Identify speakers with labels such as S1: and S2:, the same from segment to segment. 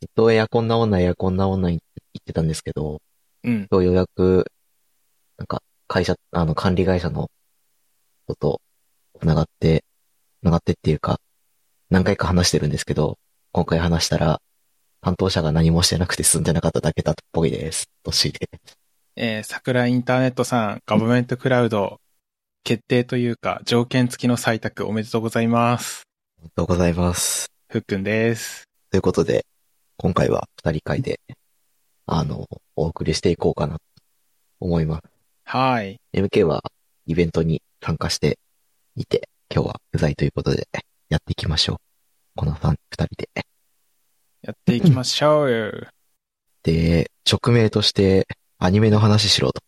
S1: ずっとエアコンな女、エアコンな女言ってたんですけど、
S2: うん。
S1: 今日ようやく、なんか、会社、あの、管理会社の人と、繋がって、繋がってっていうか、何回か話してるんですけど、今回話したら、担当者が何もしてなくて進んでなかっただけだっぽいです。年で。
S2: えー桜インターネットさん、ガバメントクラウド、決定というか、条件付きの採択おめでとうございます。
S1: ありがとうございます。
S2: ふっくんです。
S1: ということで、今回は二人会で、あの、お送りしていこうかな、と思います。
S2: はい。
S1: MK はイベントに参加していて、今日は不在ということで、やっていきましょう。この3、2人
S2: やっていきましょ うよ。
S1: で。で、直名としてアニメの話しろと。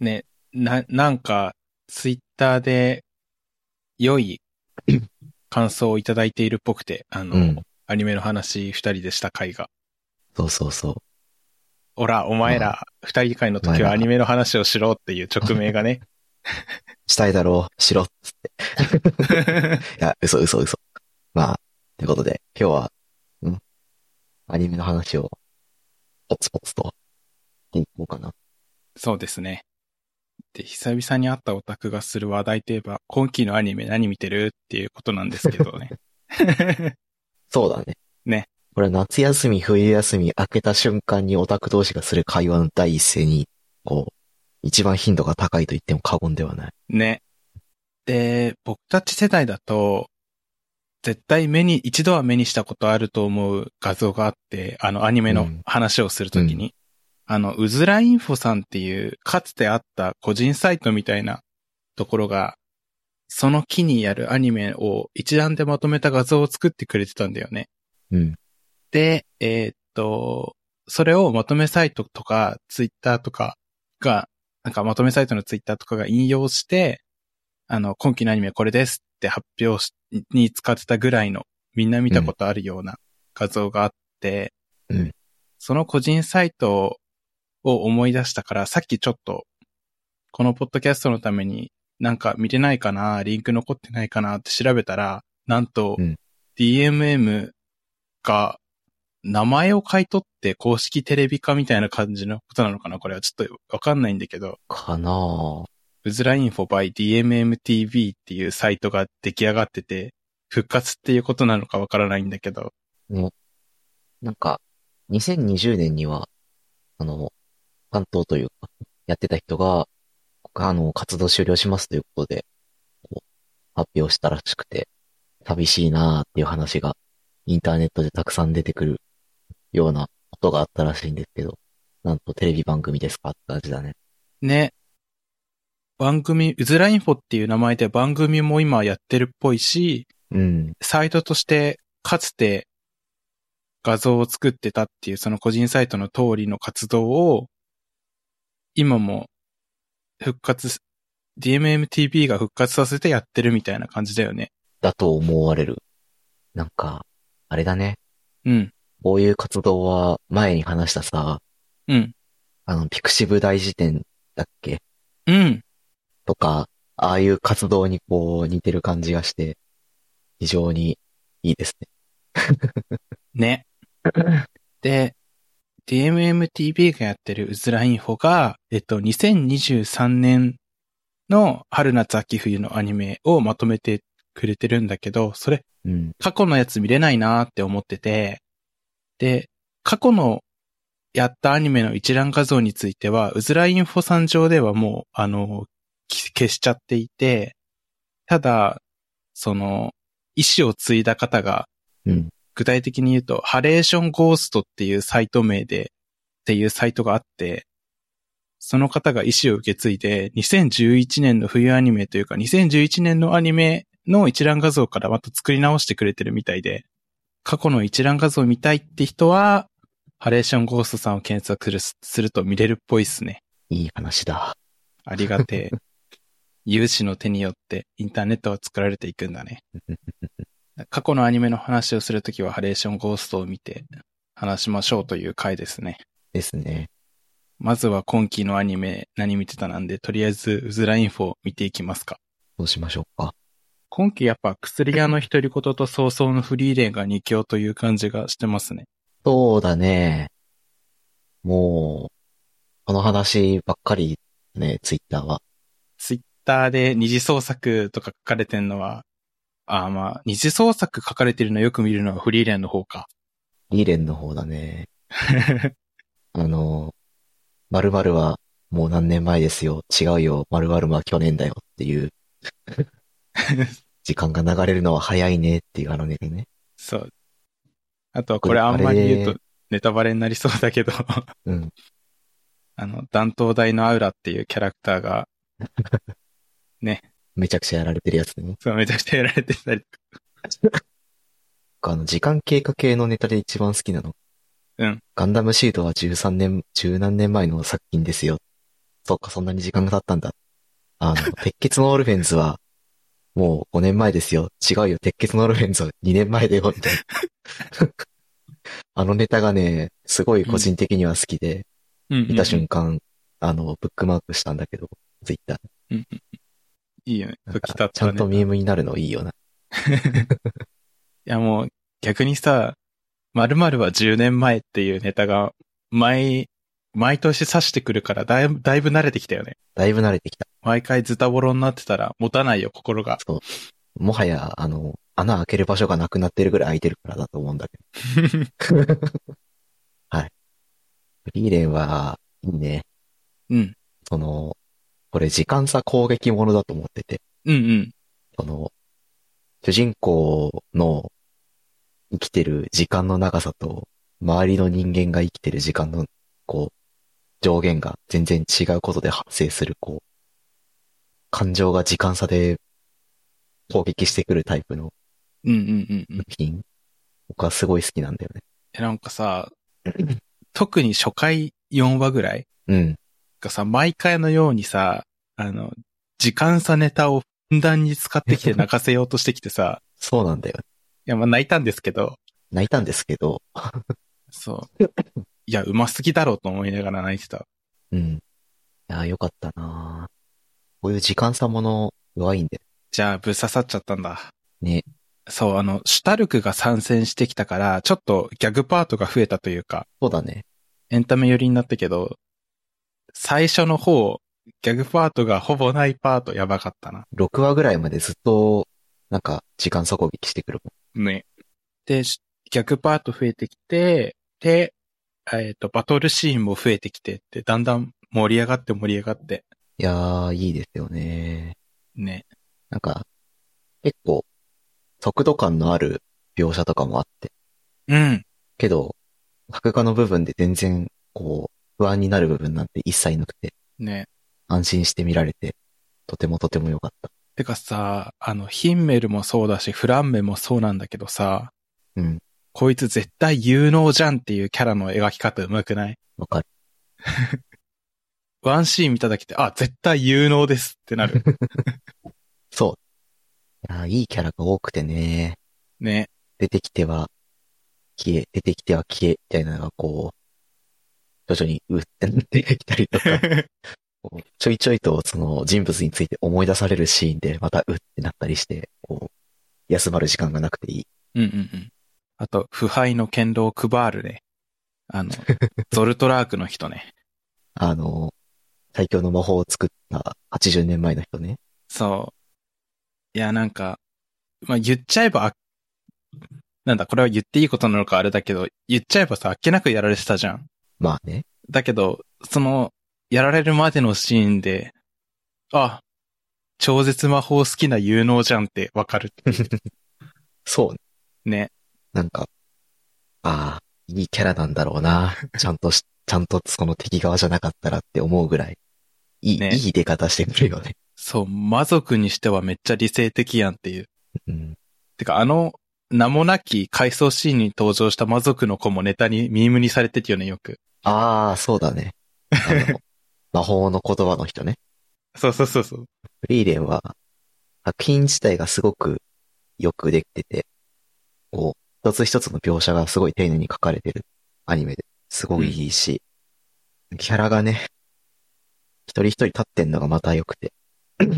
S2: ね、な、なんか、ツイッターで、良 い感想をいただいているっぽくて、あの、
S1: うん
S2: アニメの話二人でした回が。
S1: そうそうそ
S2: おら、お前ら、二人会の時はアニメの話をしろっていう直名 がね。
S1: う。したいだろう、しろっつって。いや、嘘嘘嘘。まあ、ということで、今日は、うんアニメの話を、ポツポツと、っていこうかな。
S2: そうですね。で、久々に会ったオタクがする話題といえば、今期のアニメ何見てるっていうことなんですけ どね。
S1: そうだね。
S2: ね。
S1: これ夏休み、冬休み、明けた瞬間にオタク同士がする会話の第一声に、こう、一番頻度が高いと言っても過言ではない。
S2: ね。で、僕たち世代だと、絶対目に、一度は目にしたことあると思う画像があって、あのアニメ
S1: う
S2: の
S1: ん
S2: 話をするときに、あの、うずらインフォさんっていう、かつてあった個人サイトみたいなところが、その木にやるアニメを一覧でまとめた画像を作ってくれてたんだよね。
S1: うん。
S2: で、えーっと、それをまとめサイトとか、ツイッターとかが、なんかまとめサイトのツイッターとかが引用して、あの、今期のアニメこれですって発表しに使ってたぐらいの、みんな見たことあるような画像があって、
S1: うん
S2: その個人サイトを思い出したから、さっきちょっと、このポッドキャストのために、なんか見れないかな、リンク残ってないかなって調べたら、なんと
S1: うん、
S2: DMM が名前を買い取って公式テレビ化みたいな感じのことなのかなこれはちょっとわかんないんだけど、
S1: かなぁ。
S2: うずらインフォ by DMMTV っていうサイトが出来上がってて、復活っていうことなのかわからないんだけど、
S1: なんか、2020年には、あの、担当というか、やってた人が、あの、活動終了しますということで、こう発表したらしくて、寂しいなーっていう話が、インターネットでたくさん出てくるようなことがあったらしいんですけど、なんとテレビ番組ですかって感じだね。
S2: ね。番組、うずらインフォっていう名前で番組も今やってるっぽいし、
S1: うん、
S2: サイトとしてかつて画像を作ってたっていうその個人サイトの通りの活動を今も復活す、DMMTV が復活させてやってるみたいな感じだよね。
S1: だと思われる。なんか、あれだね。
S2: うん。
S1: こういう活動は、前に話したさ、
S2: うん。
S1: あの、ピクシブ大辞典だっけ
S2: うん。
S1: とか、ああいう活動にこう似てる感じがして、非常にいいですね。
S2: ね。で、DMMTV がやってるうずらインフォが、えっと、2023年の春夏秋冬のアニメをまとめてくれてるんだけど、それ
S1: うん。
S2: 過去のやつ見れないなーって思ってて、で、過去のやったアニメの一覧画像については、うずらインフォさん上ではもう、あの、き消しちゃっていて、ただ、その、意思を継いだ方が、
S1: うん。
S2: 具体的に言うと、ハレーションゴーストっていうサイト名で、っていうサイトがあって、その方が意思を受け継いで、2011年の冬アニメというか、2011年のアニメの一覧画像からまた作り直してくれてるみたいで、過去の一覧画像を見たいって人は、ハレーションゴーストさんを検索するすると見れるっぽいっすね。
S1: いい話だ。
S2: ありがてえ。 有志の手によってインターネットは作られていくんだね。過去のアニメの話をするときはハレーションゴーストを見て話しましょうという回ですね。
S1: ですね。
S2: まずは今期のアニメ何見てたなんで、とりあえずうずらインフォ見ていきますか。
S1: どうしましょうか。
S2: 今期やっぱ薬屋の独り言と早々のフリーレンが二強という感じがしてますね。
S1: そうだね。もう、この話ばっかりね、ツイッターは。
S2: ツイッターで二次創作とか書かれてんのは、ああまあ、二次創作書かれてるのよく見るのはフリーレンの方か。
S1: リーレンの方だね。あの、〇〇はもう何年前ですよ。違うよ。〇〇は去年だよっていう、時間が流れるのは早いねっていうあのね。
S2: そう。あとはこれあんまり言うとネタバレになりそうだけど、
S1: うん。
S2: あの、断頭台のアウラっていうキャラクターが、
S1: めちゃくちゃやられてるやつね。
S2: そうめちゃくちゃやられてたり、
S1: 僕あの、時間経過系のネタで一番好きなの。
S2: うん。
S1: ガンダムシードは13年、十何年前の作品ですよ。そっか、そんなに時間が経ったんだ。 あの、鉄血のオルフェンズは、もう5年前ですよ。違うよ、鉄血のオルフェンズは2年前だよ、みたいな。 あのネタがね、すごい個人的には好きで、
S2: うんうん
S1: 見た瞬間、あの、ブックマークしたんだけど、ツイッター。
S2: いいよね。
S1: なん
S2: 時た
S1: か
S2: っ
S1: ちゃ
S2: た
S1: んと
S2: ね。
S1: ミームになるのいいよな。
S2: いやもう逆にさ、〇〇は10年前っていうネタが毎、毎年刺してくるからだいぶ、だいぶ慣れてきたよね。
S1: だいぶ慣れてきた。
S2: 毎回ズタボロになってたら持たないよ、心が。
S1: もはや、あの、穴開ける場所がなくなってるぐらい開いてるからだと思うんだけど。はい。フリーレンは、いいね。
S2: うん。
S1: その、これ時間差攻撃ものだと思ってて、
S2: うんうん。
S1: その、主人公の生きてる時間の長さと、周りの人間が生きてる時間の、こう、上限が全然違うことで発生する、こう、感情が時間差で攻撃してくるタイプの
S2: うんうんうんうん。
S1: 作品、僕はすごい好きなんだよね。
S2: え、なん かさ、特に初回4話ぐらい
S1: うん。
S2: がさ、毎回のようにさ、あの、時間差ネタをふんだんに使ってきて泣かせようとしてきてさ、
S1: そうなんだよ。
S2: いや、まあ泣いたんですけど、
S1: 泣いたんですけど、
S2: そう。いや、うますぎだろうと思いながら泣いてた。
S1: うん。いやー、よかったなーこういう時間差もの弱いんで。
S2: じゃあ、ぶっ刺さっちゃったんだ。
S1: ね。
S2: そう、あの、シュタルクが参戦してきたから、ちょっとギャグパートが増えたというか、
S1: そうだね。
S2: エンタメ寄りになったけど、最初の方、ギャグパートがほぼないパートやばかったな。
S1: 6話ぐらいまでずっと、なんか、時間差攻撃してくるも
S2: ね。で、し逆パート増えてきて、で、えっ、と、バトルシーンも増えてきてって、だんだん盛り上がって盛り上がって、
S1: ん。いやー、いいですよね
S2: ね。
S1: なんか、結構、速度感のある描写とかもあって。
S2: うん。
S1: けど、作画の部分で全然、こう、不安になる部分なんて一切なくて、
S2: ね。
S1: 安心して見られて、とてもとても良かった。
S2: てかさ、あの、ヒンメルもそうだし、フランメもそうなんだけどさ、
S1: うん。
S2: こいつ絶対有能じゃんっていうキャラの描き方うまくない
S1: わかる。
S2: ワンシーン見ただけで、あ、絶対有能ですってな る。
S1: そう。いやー、いいキャラが多くてね。
S2: ね。
S1: 出てきては消え、出てきては消え、みたいなのがこう、徐々にう ってなってきたりと か、こうちょいちょいとその人物について思い出されるシーンでまたうってなったりして、こう、休まる時間がなくていい。
S2: うんうんうん。あと、腐敗の剣道クバールね。あ の、ゾルトラークの人ね。
S1: あの、最強の魔法を作った80年前の人ね。
S2: そう。いや、なんか、まあ、言っちゃえば、あなんだ、これは言っていいことなのかあれだけど、言っちゃえばさ、あっけなくやられてたじゃん。
S1: まあね。
S2: だけど、その、やられるまでのシーンで、あ、超絶魔法好きな有能じゃんってわかる。
S1: そうね。
S2: ね。
S1: なんか、ああ、いいキャラなんだろうな。ちゃんとし、ちゃんとその敵側じゃなかったらって思うぐらい、いい、
S2: ね
S1: いい出方してくるよね。
S2: そう、魔族にしてはめっちゃ理性的やんっていう。
S1: うん。
S2: てか、あの、名もなき回想シーンに登場した魔族の子もネタに、ミームにされてるよね、よく。
S1: ああ、そうだね。あの、魔法の言葉の人ね。
S2: そうそうそうそう。
S1: フリーレンは、作品自体がすごくよくできてて、こう、一つ一つの描写がすごい丁寧に書かれてるアニメですごいいいし、キャラがね、一人一人立ってんのがまた良くて、
S2: うん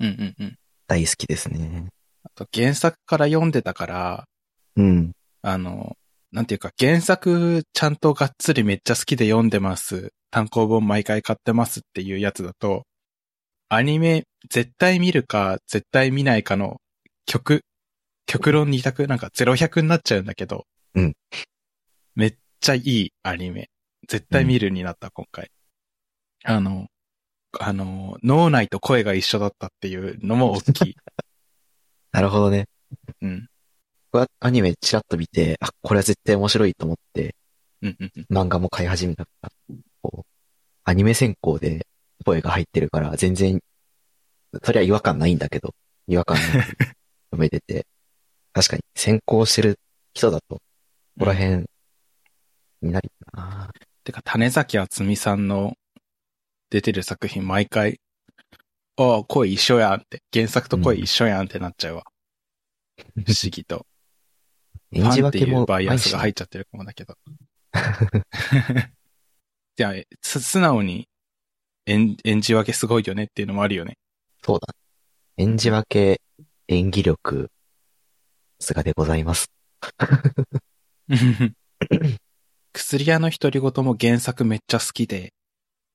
S2: うんうん。
S1: 大好きですね。
S2: あと、原作から読んでたから、
S1: うん。
S2: あの、なんていうか、原作ちゃんとがっつりめっちゃ好きで読んでます。単行本毎回買ってますっていうやつだと、アニメ絶対見るか絶対見ないかの曲、極論二択、なんか0100になっちゃうんだけど。
S1: うん。
S2: めっちゃいいアニメ。絶対見るになった、今回。あの、あの、脳内と声が一緒だったっていうのも大 きい。
S1: なるほどね。
S2: うん。
S1: これアニメチラッと見て、あ、これは絶対面白いと思って、
S2: うんうんうん。
S1: 漫画も買い始めたから、こう、アニメ先行で声が入ってるから、全然、そりゃ違和感ないんだけど、違和感なく読めてて、 確かに先行してる人だと、ここら辺になりな、
S2: てか、種崎あつみさんの出てる作品毎回、ああ、声一緒やんって、原作と声一緒やんってなっちゃうわ。不思議と。
S1: 演じ
S2: ファン
S1: 分
S2: って
S1: け
S2: いう
S1: も
S2: バイアスが入
S1: っ
S2: っちゃってるかもだけど。 じゃあ、す素直に演演じ分けすごいよねっていうのもあ るよね。
S1: そうだ、ね。演じ分け、演技力、さすがでございます。
S2: 薬屋の独り言も原作めっちゃ好きで、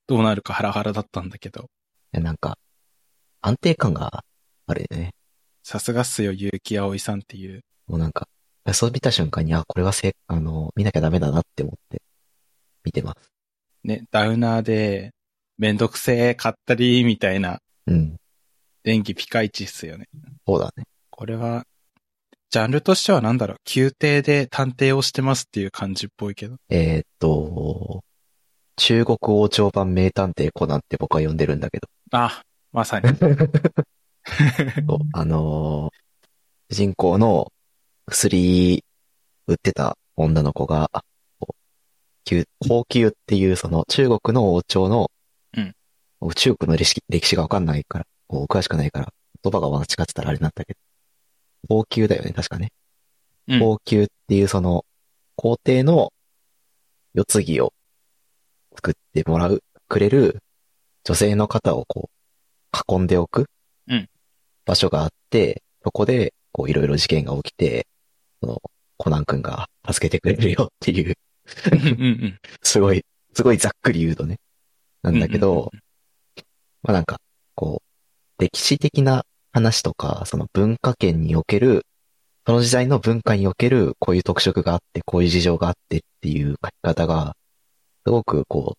S2: どうなるかハラハラだったんだけど、
S1: いやなんか、安定感があるよね。
S2: さすがっすよ、結城葵さんっていう。
S1: もうなんか、そう見た瞬間に、あ、これはせ、あの、見なきゃダメだなって思って、見てます。
S2: ね、ダウナーで、めんどくせえ、買ったり、みたいな
S1: うん。
S2: 演技ピカイチっすよね。
S1: そうだね。
S2: これは、ジャンルとしてはなんだろう、宮廷で探偵をしてますっていう感じっぽいけど。
S1: えーっと、中国王朝版名探偵コナンって僕は呼んでるんだけど、
S2: あ、まさに。
S1: そうあのー主人公の薬売ってた女の子が、あこう宮高級っていうその中国の王朝の、
S2: うん
S1: 僕中国の歴史歴史がわかんないから、こう詳しくないから、言葉が間違ってたらあれなんだけど、高級だよね、確かね。
S2: うん
S1: 高級っていうその、皇帝の世継ぎを作ってもらう、くれる女性の方をこう、囲んでおく
S2: うん
S1: 場所があって、そこで、こういろいろ事件が起きて、その、コナン君が助けてくれるよっていう、
S2: うんうん
S1: すごい、すごいざっくり言うとね。なんだけど、
S2: うんうんうん
S1: まあなんか、こう、歴史的な話とか、その文化圏における、その時代の文化における、こういう特色があって、こういう事情があってっていう書き方が、すごくこう、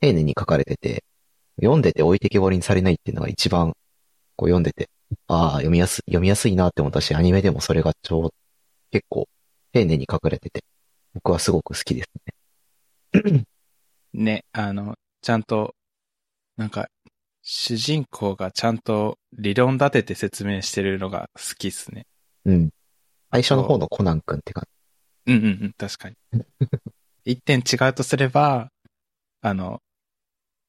S1: 丁寧に書かれてて、読んでて置いてけぼりにされないっていうのが一番、こう読んでて、ああ、読みやす、読みやすいなって思ったし、アニメでもそれがちょう、結構、丁寧に書かれてて、僕はすごく好きですね。
S2: うん。ね、あの、ちゃんと、なんか、主人公がちゃんと理論立てて説明してるのが好きっすね。
S1: うん。最初の方のコナン君って感
S2: うんうんうん、確かに。一点違うとすれば、あの、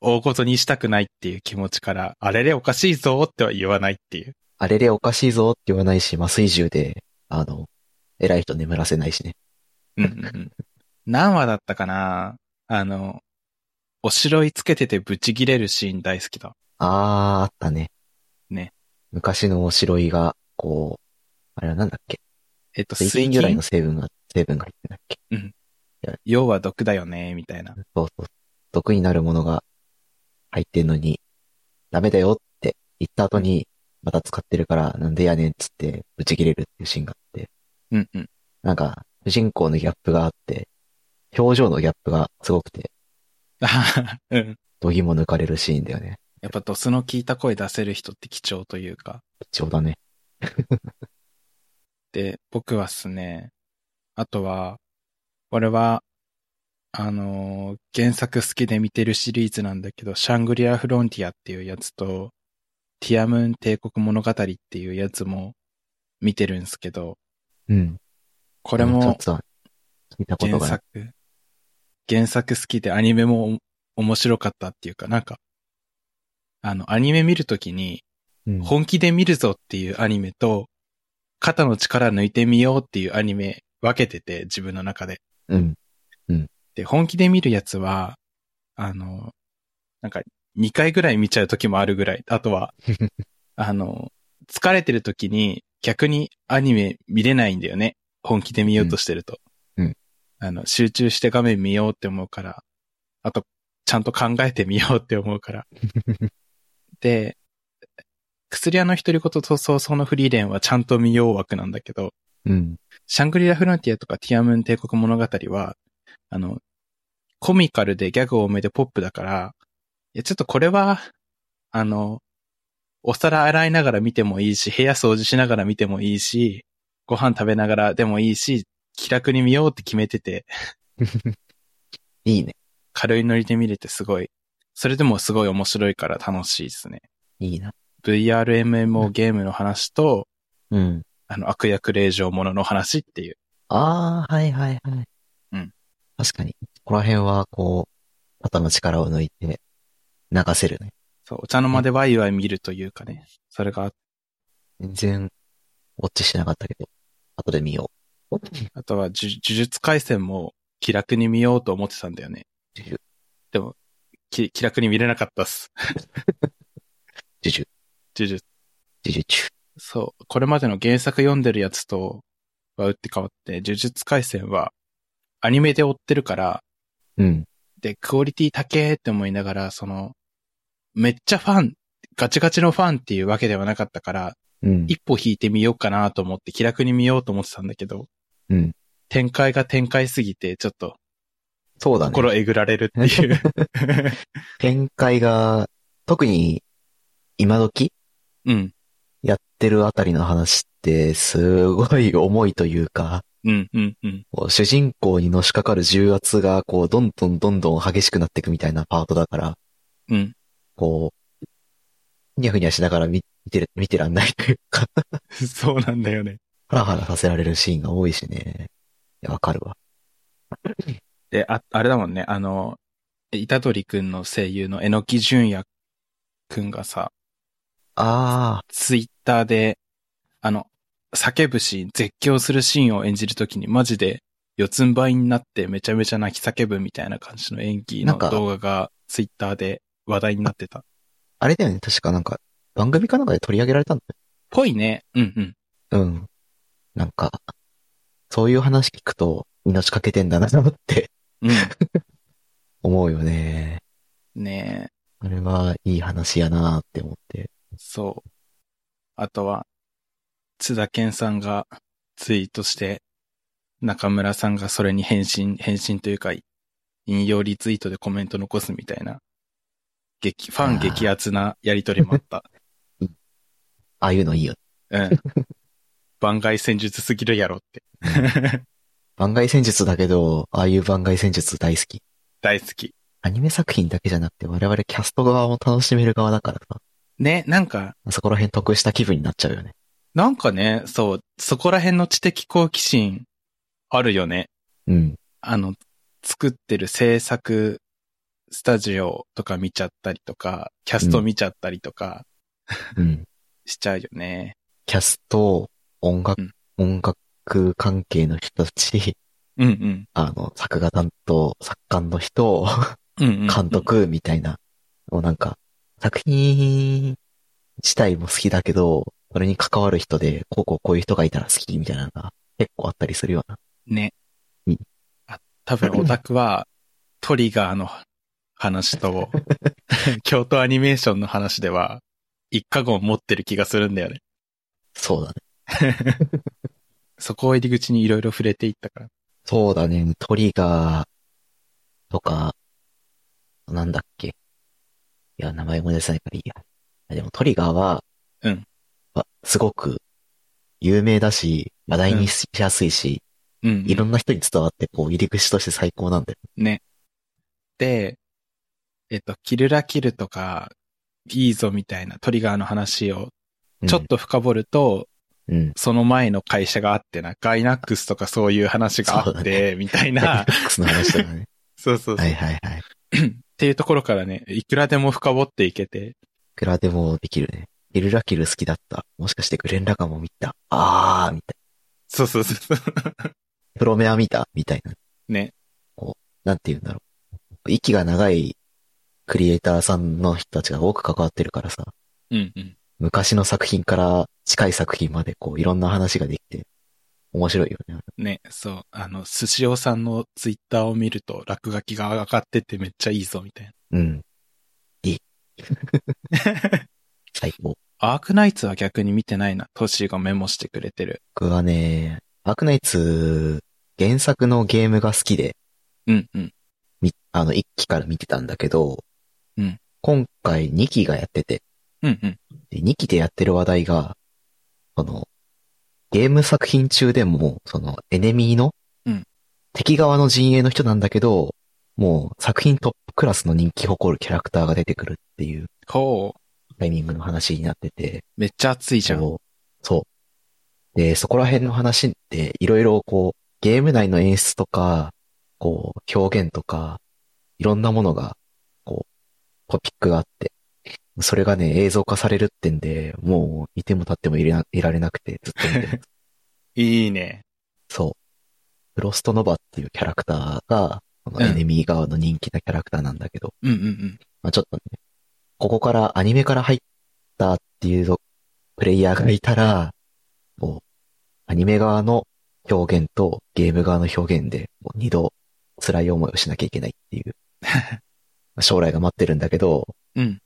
S2: 大ごとにしたくないっていう気持ちから、あれれおかしいぞっては言わないっていう。
S1: あれれおかしいぞって言わないし、麻酔銃で、あの、偉い人眠らせないしね。
S2: うんうんうん、何話だったかなあの、おしろいつけててブチギレるシーン大好きだ。
S1: あー、あったね。
S2: ね。
S1: 昔のおしろいが、こう、あれはなんだっけ
S2: えっと、
S1: 水
S2: 水
S1: 銀由来
S2: 銀
S1: の成分が、成分が入ってんだっけ
S2: 要は毒だよね、みたいな。
S1: そうそう。毒になるものが入ってんのに、ダメだよって言った後に、また使ってるから、なんでやねんっつって、ぶち切れるっていうシーンがあって。
S2: うんうん。
S1: なんか、主人公のギャップがあって、表情のギャップがすごくて、
S2: あははうん。
S1: 度肝抜かれるシーンだよね。
S2: やっぱドスの効いた声出せる人って貴重というか。
S1: 貴重だね。
S2: で、僕はっすね、あとは、俺は、あのー原作好きで見てるシリーズなんだけど、シャングリア・フロンティアっていうやつと、ティアムーン帝国物語っていうやつも見てるんすけど、
S1: うん。
S2: これ
S1: あの
S2: も
S1: 二つは聞いたこと
S2: 原
S1: がない。
S2: 作、原作好きでアニメもお面白かったっていうか、なんか、あの、アニメ見るときに、
S1: うん
S2: 本気で見るぞっていうアニメと、肩の力抜いてみようっていうアニメ分けてて、自分の中で。
S1: うん。
S2: で、本気で見るやつは、あの、なんか、2回ぐらい見ちゃう時もあるぐらい。あと は、あの、疲れてる時に逆にアニメ見れないんだよね。本気で見ようとしてると。
S1: うんうん
S2: あの、集中して画面見ようって思うから、あと、ちゃんと考えてみようって思う から。で、薬屋の独り言と早々のフリーレンはちゃんと見よう枠なんだけど、
S1: うん。
S2: シャングリラ・フロンティアとかティアムーン帝国物語は、あの、コミカルでギャグ多めでポップだから、いや、ちょっとこれは、あの、お皿洗いながら見てもいいし、部屋掃除しながら見てもいいし、ご飯食べながらでもいいし、気楽に見ようって決めてて、
S1: いいね。
S2: 軽いノリで見れてすごい、それでもすごい面白いから楽しいですね。
S1: いいな。
S2: VRMMO ゲームの話と、
S1: うん。
S2: あの、悪役令状ものの話っていう。
S1: ああ、はいはいはい。
S2: うん。
S1: 確かに。ここら辺は、こう、肩の力を抜いて流せるね。
S2: そう、お茶の間でワイワイ見るというかね、それがあっ
S1: 全然、ウォッチしてなかったけど、後で見よう。
S2: あとは、呪呪術回戦も気楽に見ようと思ってたんだよね。
S1: 呪術
S2: でも、き気楽に見れなかった っす。
S1: ジュジュ、
S2: 呪術。
S1: ジュジュチュ。
S2: そう。これまでの原作読んでるやつとは打って変わって、呪術回戦はアニメで追ってるから、
S1: うん。
S2: で、クオリティ高えって思いながら、その、めっちゃファン、ガチガチのファンっていうわけではなかったから、
S1: うん。
S2: 一歩引いてみようかなと思って気楽に見ようと思ってたんだけど、
S1: うん。
S2: 展開が展開すぎて、ちょっと
S1: そうだね。
S2: 心えぐられるっていう。
S1: 展開が、特に、今時
S2: うん。
S1: やってるあたりの話って、すごい重いというか、
S2: うん、うん、うん。
S1: こう主人公にのしかかる重圧が、こう、どんどんどんどん激しくなっていくみたいなパートだから、
S2: うん。
S1: こう、ふにゃふにゃしながら見見てる、見てらんないというか、
S2: そうなんだよね。
S1: ハラハラさせられるシーンが多いしね。いや、わかるわ。
S2: で、あ、あれだもんね、あの、板取くんの声優の榎木淳也くんがさ、
S1: あ
S2: ツイッターで、あの、叫ぶシーン、絶叫するシーンを演じるときにマジで四つん這いになってめちゃめちゃ泣き叫ぶみたいな感じの演技
S1: な
S2: の
S1: んか
S2: 動画がツイッターで話題になってた。
S1: あ、あれだよね。確かなんか、番組かなんかで取り上げられたんだ
S2: ぽいね。うんうん。
S1: よ。うん。なんか、そういう話聞くと、命かけてんだなって
S2: う
S1: 思うよね。
S2: ん。ねえ。
S1: あれはいい話やなって思って。
S2: そう。あとは、津田健さんがツイートして、中村さんがそれに返信、返信というか、引用リツイートでコメント残すみたいな、激、ファン
S1: あー
S2: 激アツなやりとりも あった。
S1: ああいうのいいよね
S2: うん。番外戦術すぎるやろって。
S1: 番外戦術だけど、ああいう番外戦術大好き。
S2: 大好き。
S1: アニメ作品だけじゃなくて我々キャスト側も楽しめる側だからさ、
S2: ね、なんか、
S1: そこら辺得した気分になっちゃうよね。
S2: なんかね、そう、そこら辺の知的好奇心、あるよね。
S1: うん。
S2: あの、作ってる制作スタジオとか見ちゃったりとか、キャスト見ちゃったりとか
S1: うん。
S2: しちゃうよね。
S1: キャスト、音楽、
S2: うん
S1: 音楽関係の人たち、
S2: うんうん。
S1: あの、作画担当、作家の人、
S2: うんうん、
S1: 監。督みたいな、もうなんか、作品自体も好きだけど、それに関わる人で、こうこうこういう人がいたら好きみたいなのが結構あったりするような。
S2: ね
S1: うん。
S2: あ、多分オタクは、トリガーの話 と、京都アニメーションの話では、一過言持ってる気がするんだよね。
S1: そうだね。
S2: そこを入り口にいろいろ触れていったから。
S1: そうだね、トリガーとか、なんだっけ。いや、名前も出せないからいいやあ。でもトリガーは、
S2: うん。
S1: すごく有名だし、話題にしやすいし、
S2: うん、
S1: いろんな人に伝わって、こう、入り口として最高なんだよ。
S2: ね。で、えっと、キルラキルとか、いいぞみたいなトリガーの話を
S1: うん
S2: ちょっ。と深掘ると、
S1: うん。
S2: その前の会社があってな、ガイナックスとかそういう話があ
S1: そ
S2: っ
S1: うだ
S2: て、
S1: ね
S2: みたい
S1: ダイナ
S2: な、
S1: ックスの話とかね。
S2: そうそうそ
S1: は
S2: う、
S1: いはいはい。い
S2: っていうところからね、いくらでも深掘っていけて、
S1: くらでもできるね。キルラキル好きだった。もしかしてグレンラガンも見た。あー、みたい
S2: そうそうそうそう。
S1: な。プロメア見たみたいな。
S2: ね。
S1: こう、なんて言うんだろう。息が長いクリエイターさんの人たちが多く関わってるからさ、
S2: うんうん。
S1: 昔の作品から近い作品までこう、いろんな話ができて、面白いよね。
S2: ね、そう、あの、寿司おさんのツイッターを見ると落書きが上がっててめっちゃいいぞ、みたいな。
S1: うん。D。最高。
S2: アークナイツは逆に見てないな。トッシーがメモしてくれてる。
S1: 僕はね、アークナイツ、原作のゲームが好きで、
S2: うんうん。
S1: み、あの、1期から見てたんだけど、
S2: うん
S1: 今回2期がやってて、
S2: うんうん。
S1: で、2期でやってる話題が、その、ゲーム作品中でも、その、エネミーの、
S2: うん
S1: 敵側の陣営の人なんだけど、もう作品トップクラスの人気誇るキャラクターが出てくるっていう
S2: ほう。
S1: タイミングの話になってて、
S2: めっちゃ熱いじゃん。
S1: そう。そう。で、そこら辺の話って、いろいろこう、ゲーム内の演出とか、こう、表現とか、いろんなものが、こう、トピックがあって、それがね、映像化されるってんで、もう、いても立ってもいれないられなくて、ずっと見てる。
S2: いいね。
S1: そう。フロストノバっていうキャラクターが、このエネミー側の人気なキャラクターなんだけど、
S2: うんうんうん。
S1: まあ、ちょっとね、ここからアニメから入ったっていうぞプレイヤーがいたら、こう、アニメ側の表現とゲーム側の表現で、もう二度辛い思いをしなきゃいけないって いう、まあ将来が待ってるんだけど、
S2: うん。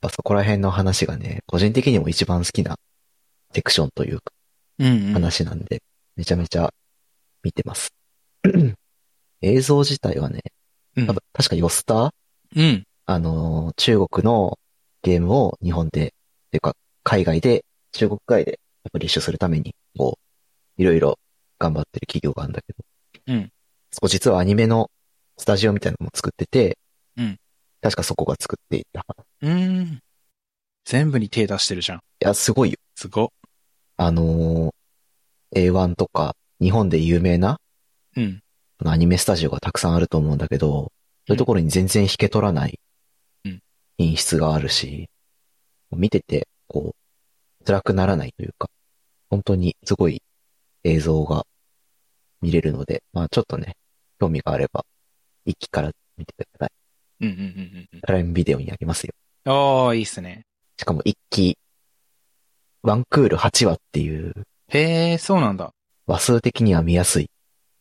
S1: まあ、そこら辺の話がね、個人的にも一番好きなセクションというか
S2: うん、うん。
S1: 話なんで、めちゃめちゃ見て ます。映像自体はね、
S2: うん
S1: 多分確かヨスター
S2: うん。
S1: あのー、中国のゲームを日本で、というか、海外で、中国外でパブリッシュするために、こう、いろいろ頑張ってる企業があるんだけど。
S2: うん。
S1: そこ実はアニメのスタジオみたいなのも作ってて、
S2: うん。
S1: 確かそこが作っていた。い
S2: うん。全部に手出してるじゃん。
S1: や、すごいよ。
S2: すご。
S1: あのー、A1 とか、日本で有名な
S2: うん。
S1: そのアニメスタジオがたくさんあると思うんだけど、そういうところに全然引け取らない
S2: うん
S1: 品質があるし、見てて、こう、辛くならないというか、本当にすごい映像が見れるので、まあちょっとね、興味があれば、一気から見てください。
S2: うんうんうんうん
S1: プライムビデオにあげますよ。
S2: うん。おー、いいっすね。
S1: しかも一気、ワンクール8話っていう、
S2: へー、そうなんだ。
S1: 話数的には見やすい、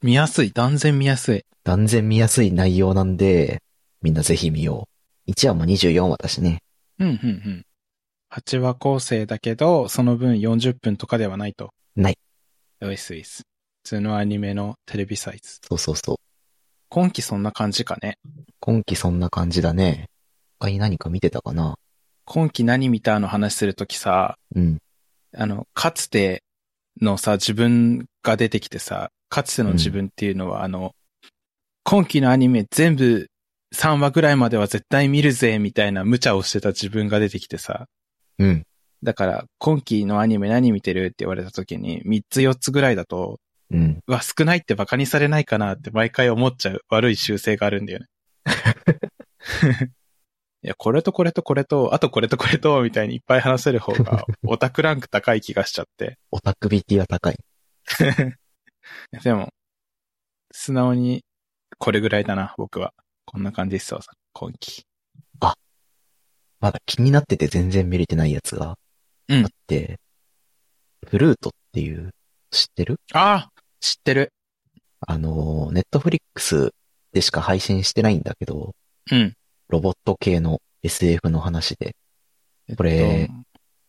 S2: 見やすい。断然見やすい。
S1: 断然見やすい内容なんで、みんなぜひ見よう。1話も24話だしね。
S2: うんうんうん。8話構成だけど、その分40分とかではないと。
S1: ない。
S2: ウイスウイス。普通のアニメのテレビサイズ。
S1: そうそうそう。
S2: 今期そんな感じかね。
S1: 今期そんな感じだね。他に何か見てたかな
S2: 今期何見たの話するときさ、
S1: うん。
S2: あの、かつてのさ、自分が出てきてさ、かつての自分っていうのは、あの、今期のアニメ全部3話ぐらいまでは絶対見るぜ、みたいな無茶をしてた自分が出てきてさ、
S1: うん。
S2: だから、今期のアニメ何見てるって言われた時に、3つ4つぐらいだと、
S1: うん。
S2: うわ、少ないって馬鹿にされないかなって毎回思っちゃう悪い習性があるんだよね。いや、これとこれとこれと、あとこれとこれと、みたいにいっぱい話せる方が、オタクランク高い気がしちゃって。
S1: オタクビティは高い。
S2: でも、素直に、これぐらいだな、僕は。こんな感じですわ、今期。
S1: まだ気になってて全然見れてないやつが
S2: うん
S1: あって、フルートっていう、知ってる
S2: ああ知ってる。
S1: あのー、ネットフリックスでしか配信してないんだけど、
S2: うん。
S1: ロボット系の SF の話で、これ
S2: えっ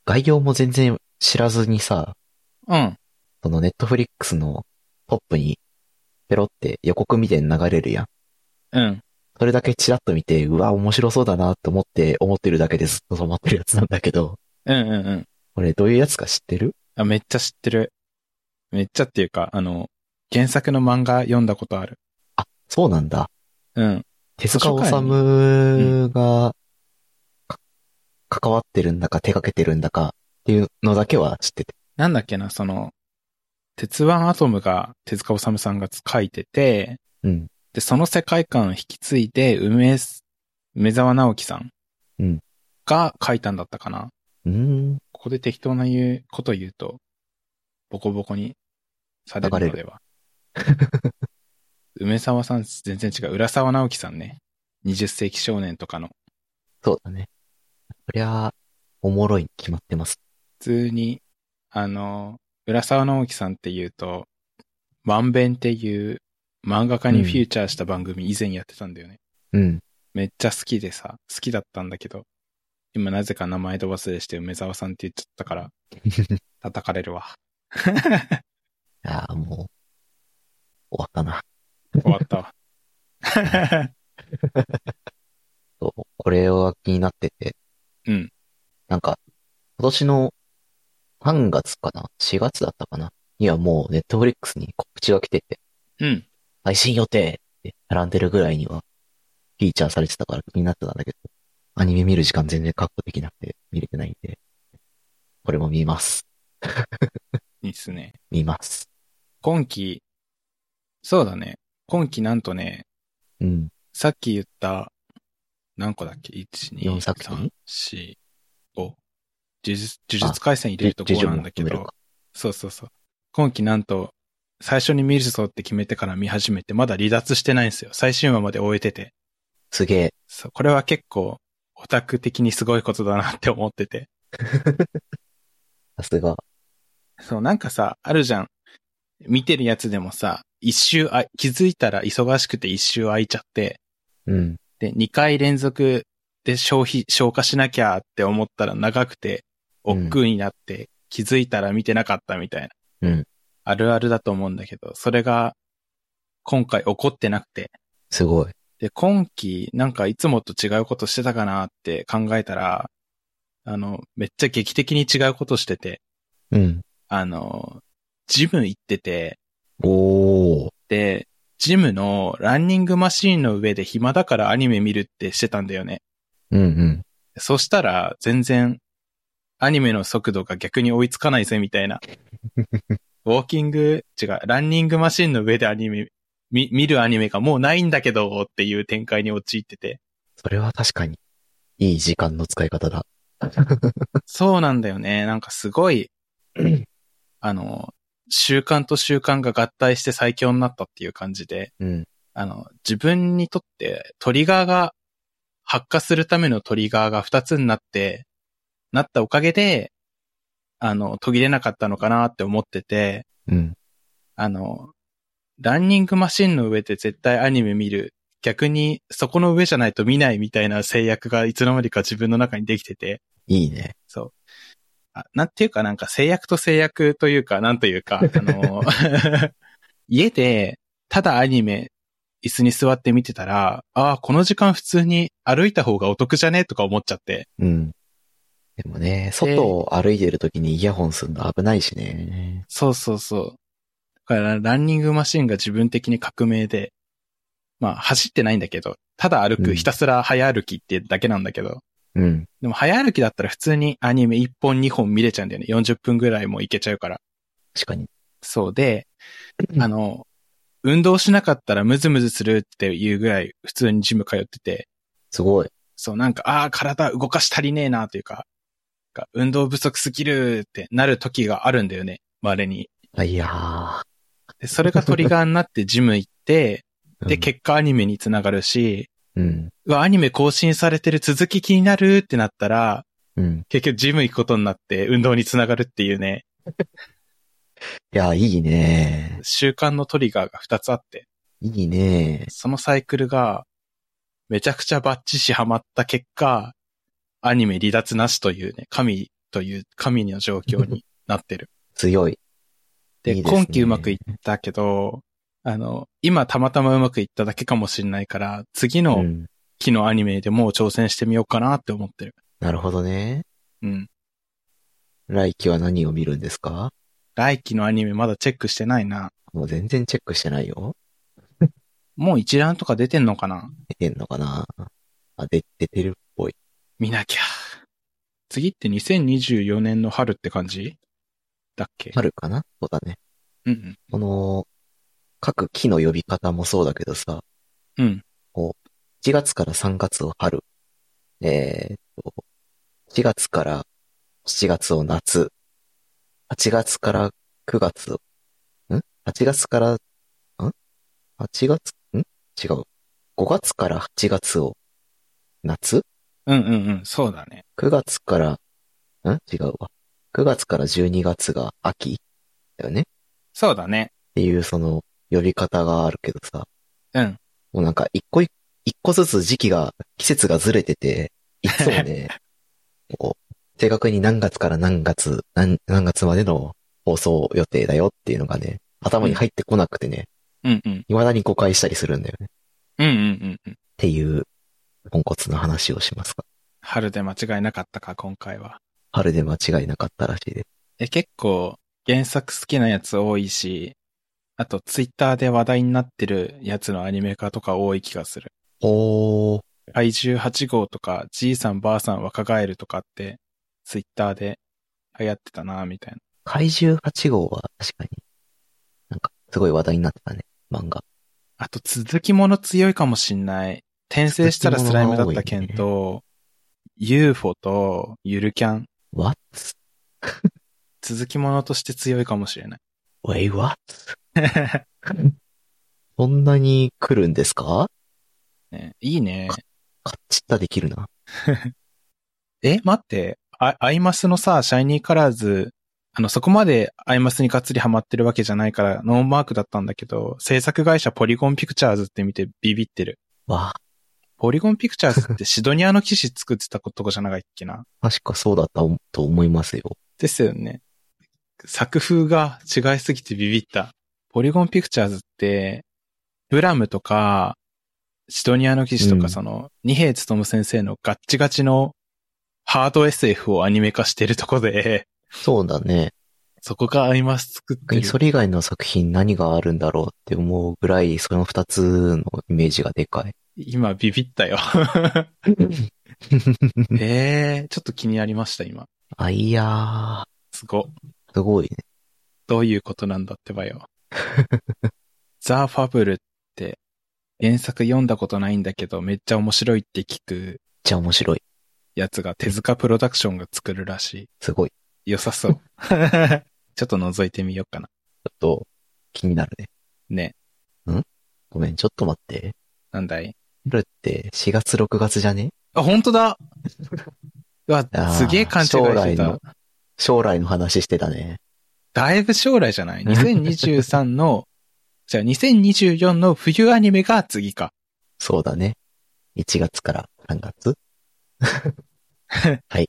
S1: 概要も全然知らずにさ、
S2: と、うん。
S1: そのネットフリックスのトップに、ペロって予告みたいに流れるやん。
S2: うん。
S1: それだけチラッと見て、うわ、面白そうだなと思って、思ってるだけでずっと止まってるやつなんだけど、
S2: うんうんうん。
S1: これどういうやつか知ってる
S2: あ、めっちゃ知ってる。めっちゃっていうか、あの、原作の漫画読んだことある。
S1: そうなんだ。
S2: うん。
S1: 手塚治
S2: 図書館に
S1: 虫が、か関わってるんだか手掛けてるんだかっていうのだけは知ってて。
S2: なんだっけな、その、鉄腕アトムが手塚治虫さんが書いてて、
S1: うん。
S2: で、その世界観を引き継いで、梅す、梅沢直樹さん
S1: うん
S2: が書いたんだったかな。
S1: うーん。
S2: ここで適当な言うこと言うと、ボコボコにされるのでは。 梅沢さん全然違う。浦沢直樹さんね。20世紀少年とかの。
S1: そうだね。そりゃあ、おもろいに決まってます。
S2: 普通に、あの、浦沢直樹さんって言うと、ワンベンっていう漫画家にフィーチャーした番組以前やってたんだよね。
S1: うん。
S2: めっちゃ好きでさ、好きだったんだけど、今なぜか名前と忘れして梅沢さんって言っちゃったから、叩かれるわ。
S1: ああ、もう、終わったな。
S2: 終わったわ。
S1: そうこれは気になってて。
S2: うん。
S1: なんか、今年の3月かな ?4 月だったかなにはもうネットフリックスに告知が来てて、
S2: うん。
S1: 配信予定って並んでるぐらいには、フィーチャーされてたから気になってたんだけど、アニメ見る時間全然確保できなくて見れてないんで、これも見ます。
S2: いいっすね。
S1: 見ます。
S2: 今期、そうだね。今期なんとね、
S1: うん。
S2: さっき言った、何個だっけ ?1、2、
S1: 四作品
S2: 3、4、5。呪術、呪術回戦入れるとこなんだけ
S1: 呪術も含める
S2: ど
S1: か、
S2: そうそうそう。今期なんと、最初に見るぞって決めてから見始めて、まだ離脱してないんですよ。最新話まで終えてて。
S1: すげえ。
S2: そう、これは結構、オタク的にすごいことだなって思ってて。
S1: さすが。
S2: そう、なんかさ、あるじゃん。見てるやつでもさ、一周あ、気づいたら忙しくて一周空いちゃって、
S1: うん。
S2: で、二回連続で消費、消化しなきゃって思ったら長くて、
S1: うん
S2: 億劫になって、気づいたら見てなかったみたいな。
S1: うん
S2: あるあるだと思うんだけど、それが、今回起こってなくて。
S1: すごい。
S2: で、今期、なんかいつもと違うことしてたかなって考えたら、あの、めっちゃ劇的に違うことしてて、
S1: うん。
S2: あの、ジム行ってて、
S1: おー。
S2: で、ジムのランニングマシーンの上で暇だからアニメ見るってしてたんだよね。
S1: うんうん。
S2: そしたら全然アニメの速度が逆に追いつかないぜみたいな。ウォーキング、違う、ランニングマシーンの上でアニメ、見、見るアニメがもうないんだけどっていう展開に陥ってて。
S1: それは確かに、いい時間の使い方だ。
S2: そうなんだよね。なんかすごい、あの、習慣と習慣が合体して最強になったっていう感じで。
S1: うん。
S2: あの、自分にとってトリガーが、発火するためのトリガーが2つになって、なったおかげで、あの、途切れなかったのかなって思ってて、
S1: うん。
S2: あの、ランニングマシンの上で絶対アニメ見る。逆に、そこの上じゃないと見ないみたいな制約がいつの間にか自分の中にできてて、
S1: いいね。
S2: そう。あなんていうかなんか制約と制約というか、なんという か、あの、 家で、ただアニメ、椅子に座って見てたら、ああ、この時間普通に歩いた方がお得じゃねとか思っちゃって。
S1: うん。でもね、外を歩いてる時にイヤホンするの危ないしね。
S2: そうそうそう。だから、ランニングマシンが自分的に革命で、まあ、走ってないんだけど、ただ歩
S1: う
S2: く、
S1: ん
S2: ひたすら早歩きってだけなんだけど、
S1: うん。
S2: でも早歩きだったら普通にアニメ1本2本見れちゃうんだよね。40分ぐらいもいけちゃうから。
S1: 確かに。
S2: そうで、
S1: うん
S2: あの、運動しなかったらムズムズするっていうぐらい普通にジム通ってて、
S1: すごい。
S2: そうなんか、ああ、体動かし足りねえなというか、なんか運動不足すぎるってなる時があるんだよね、稀に。
S1: あいやー。
S2: で、それがトリガーになってジム行って、
S1: う
S2: で、
S1: ん
S2: 結果アニメにつながるし、
S1: うん。
S2: うわ、アニメ更新されてる続き気になるってなったら、
S1: うん。
S2: 結局ジム行くことになって運動につながるっていうね、
S1: いや、いいね。
S2: 習慣のトリガーが2つあって、
S1: いいね。
S2: そのサイクルが、めちゃくちゃバッチしハマった結果、アニメ離脱なしというね、神という神の状況になって る。
S1: 強い。
S2: で、
S1: いいですね
S2: 今期うまくいったけど、あの、今たまたまうまくいっただけかもしれないから、次
S1: う
S2: の
S1: ん。
S2: 期のアニメでもう挑戦してみようかなって思ってる。
S1: なるほどね。
S2: うん。
S1: 来期は何を見るんですか
S2: 来期のアニメまだチェックしてないな。
S1: もう全然チェックしてないよ。
S2: もう一覧とか出てんのかな
S1: 出てんのかなあ、で、出てるっぽい。
S2: 見なきゃ。次って2024年の春って感じだっけ
S1: 春かなそうだね。
S2: うんうん。
S1: この、各期の呼び方もそうだけどさ、
S2: うん。
S1: 1月から3月を春、えーっと、4月から7月を夏、8月から9月を、ん ?8 月から、ん ?8 月、ん違う。5月から8月を夏
S2: うんうんうん。そうだね。
S1: ?9 月から、ん違うわ。9月から12月が秋だよね。
S2: そうだね。
S1: っていうその呼び方があるけどさ、
S2: うん。
S1: もうなんか一個い一個ずつ時期が、季節がずれてて、いつもね、こう、正確に何月から何月、何、何月までの放送予定だよっていうのがね、頭に入ってこなくてね、
S2: うんうん。
S1: 未だに誤解したりするんだよね。っ
S2: うんうんうんうん。
S1: ていう、ポンコツの話をしますが。
S2: 春で間違いなかったか、今回は。
S1: 春で間違いなかったらしいです。
S2: え、結構、原作好きなやつ多いし、あと、ツイッターで話題になってるやつのアニメ化とか多い気がする。
S1: ほー、
S2: 怪獣8号とか、じいさんばあさん若返るとかって、ツイッターで流行ってたな、みたいな。
S1: 怪獣8号は確かに、なんか、すごい話題になってたね、漫画。
S2: あと、続きもの強いかもしんない。転生したらスライムだった件と、UFO と、ゆるキャン。
S1: What?
S2: 続きものとして強いかもしれない。
S1: Wait, what? そんなに来るんですか
S2: ねいいね。
S1: カッチッタできるな。
S2: え、待って。あアイマスのさ、シャイニーカラーズ、あの、そこまでアイマスにがっつりハマってるわけじゃないから、ノーマークだったんだけど、制作会社ポリゴンピクチャーズって見てビビってる。
S1: わ
S2: ポリゴンピクチャーズってシドニアの騎士作ってたことじゃなかったっけな。
S1: あ、確かそうだったと思いますよ。
S2: ですよね。作風が違いすぎてビビった。ポリゴンピクチャーズって、ブラムとか、シドニアの騎士と
S1: う
S2: か、
S1: ん
S2: その、二平勤先生のガッチガチのハード SF をアニメ化してるとこで、
S1: そうだね。
S2: そこがアイマス作ってる。
S1: それ以外の作品何があるんだろうって思うぐらい、その二つのイメージがで かい。
S2: 今ビビったよ。 ええちょっと気になりました、今。
S1: あ、いやー、
S2: すご。
S1: すごいね。
S2: どういうことなんだって ばよ。ザ・ファブルって、原作読んだことないんだけど、めっちゃ面白いって聞く
S1: めっちゃ面白い。
S2: やつが手塚プロダクションが作るらし
S1: すごい。
S2: い。良 さそう。ちょっと覗いてみようかな。
S1: ちょっと、気になるね。
S2: ね。
S1: ごめん、ちょっと待って。
S2: なんだい
S1: 春って4月6月じゃね
S2: あ、本当だうわ
S1: あー、
S2: すげえ勘違いして
S1: 将来の
S2: た。
S1: 将来の話してたね。
S2: だいぶ将来じゃない ?2023 の、じゃあ2024の冬アニメが次か。
S1: そうだね。1月から3月 はい。